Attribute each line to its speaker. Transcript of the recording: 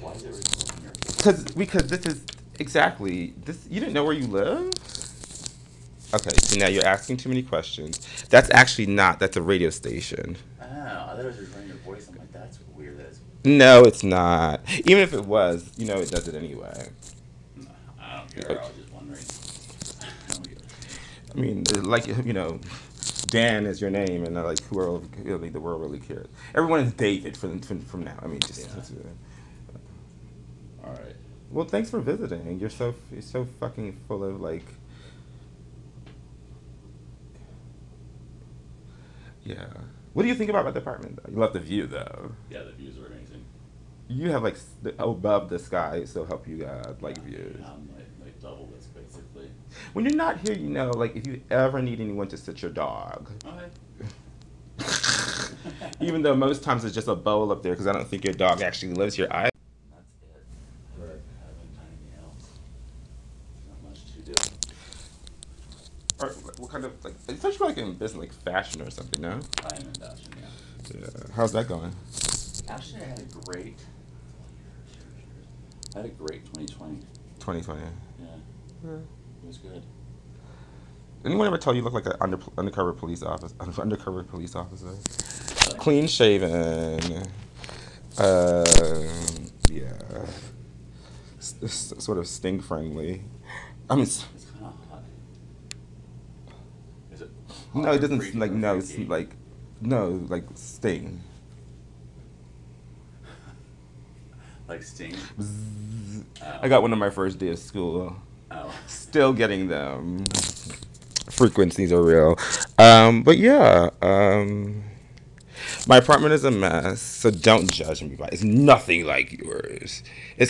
Speaker 1: Why is it recording your?
Speaker 2: Cause because this is exactly this. You didn't know where you live. Okay, so now you're asking too many questions. That's actually not. That's a radio station.
Speaker 1: Oh, I thought it was recording your voice. I'm like, that's weird. That's
Speaker 2: No, it's not. Even if it was, you know, it does it anyway.
Speaker 1: no, I don't care. I was just wondering. I don't care.
Speaker 2: I mean, like you know, Dan is your name, and uh, like who are really the world really cares. Everyone is David from from, from now. I mean, just,
Speaker 1: Yeah.
Speaker 2: just, uh,
Speaker 1: All right.
Speaker 2: well, thanks for visiting. You're so you're so fucking full of like. Yeah. What do you think about my apartment? Though? You love the view though.
Speaker 1: Yeah, the views were amazing.
Speaker 2: You have like s- the- above the sky, so help you God, like
Speaker 1: Yeah,
Speaker 2: views.
Speaker 1: I'm Um, like, like double this basically.
Speaker 2: When you're not here, you know, like if you ever need anyone to sit your dog,
Speaker 1: Okay.
Speaker 2: Even though most times it's just a bowl up there because I don't think your dog actually lives here. I
Speaker 1: That's it. Right. I haven't done anything else. Not much to do.
Speaker 2: or what kind of like it's actually like in business like fashion or something, no?
Speaker 1: I am in Dachshund, yeah.
Speaker 2: Yeah. How's that going?
Speaker 1: Actually, I had a great. I had a great 2020.
Speaker 2: Twenty twenty.
Speaker 1: Yeah, it was good.
Speaker 2: Anyone ever tell you look like an under, undercover police officer? Undercover police officer. Clean shaven. Um, yeah. S- s- sort of stink friendly. I mean, s-
Speaker 1: It's kind of hot. Is it?
Speaker 2: no,
Speaker 1: hot
Speaker 2: it
Speaker 1: or
Speaker 2: doesn't
Speaker 1: freaky
Speaker 2: like
Speaker 1: or
Speaker 2: no, it's
Speaker 1: freaky?
Speaker 2: like no, like sting.
Speaker 1: Like sting.
Speaker 2: I got one on my first day of school.
Speaker 1: Oh.
Speaker 2: Still getting them. Frequencies are real. Um, but yeah, um, my apartment is a mess, so don't judge me by It's nothing like yours. It's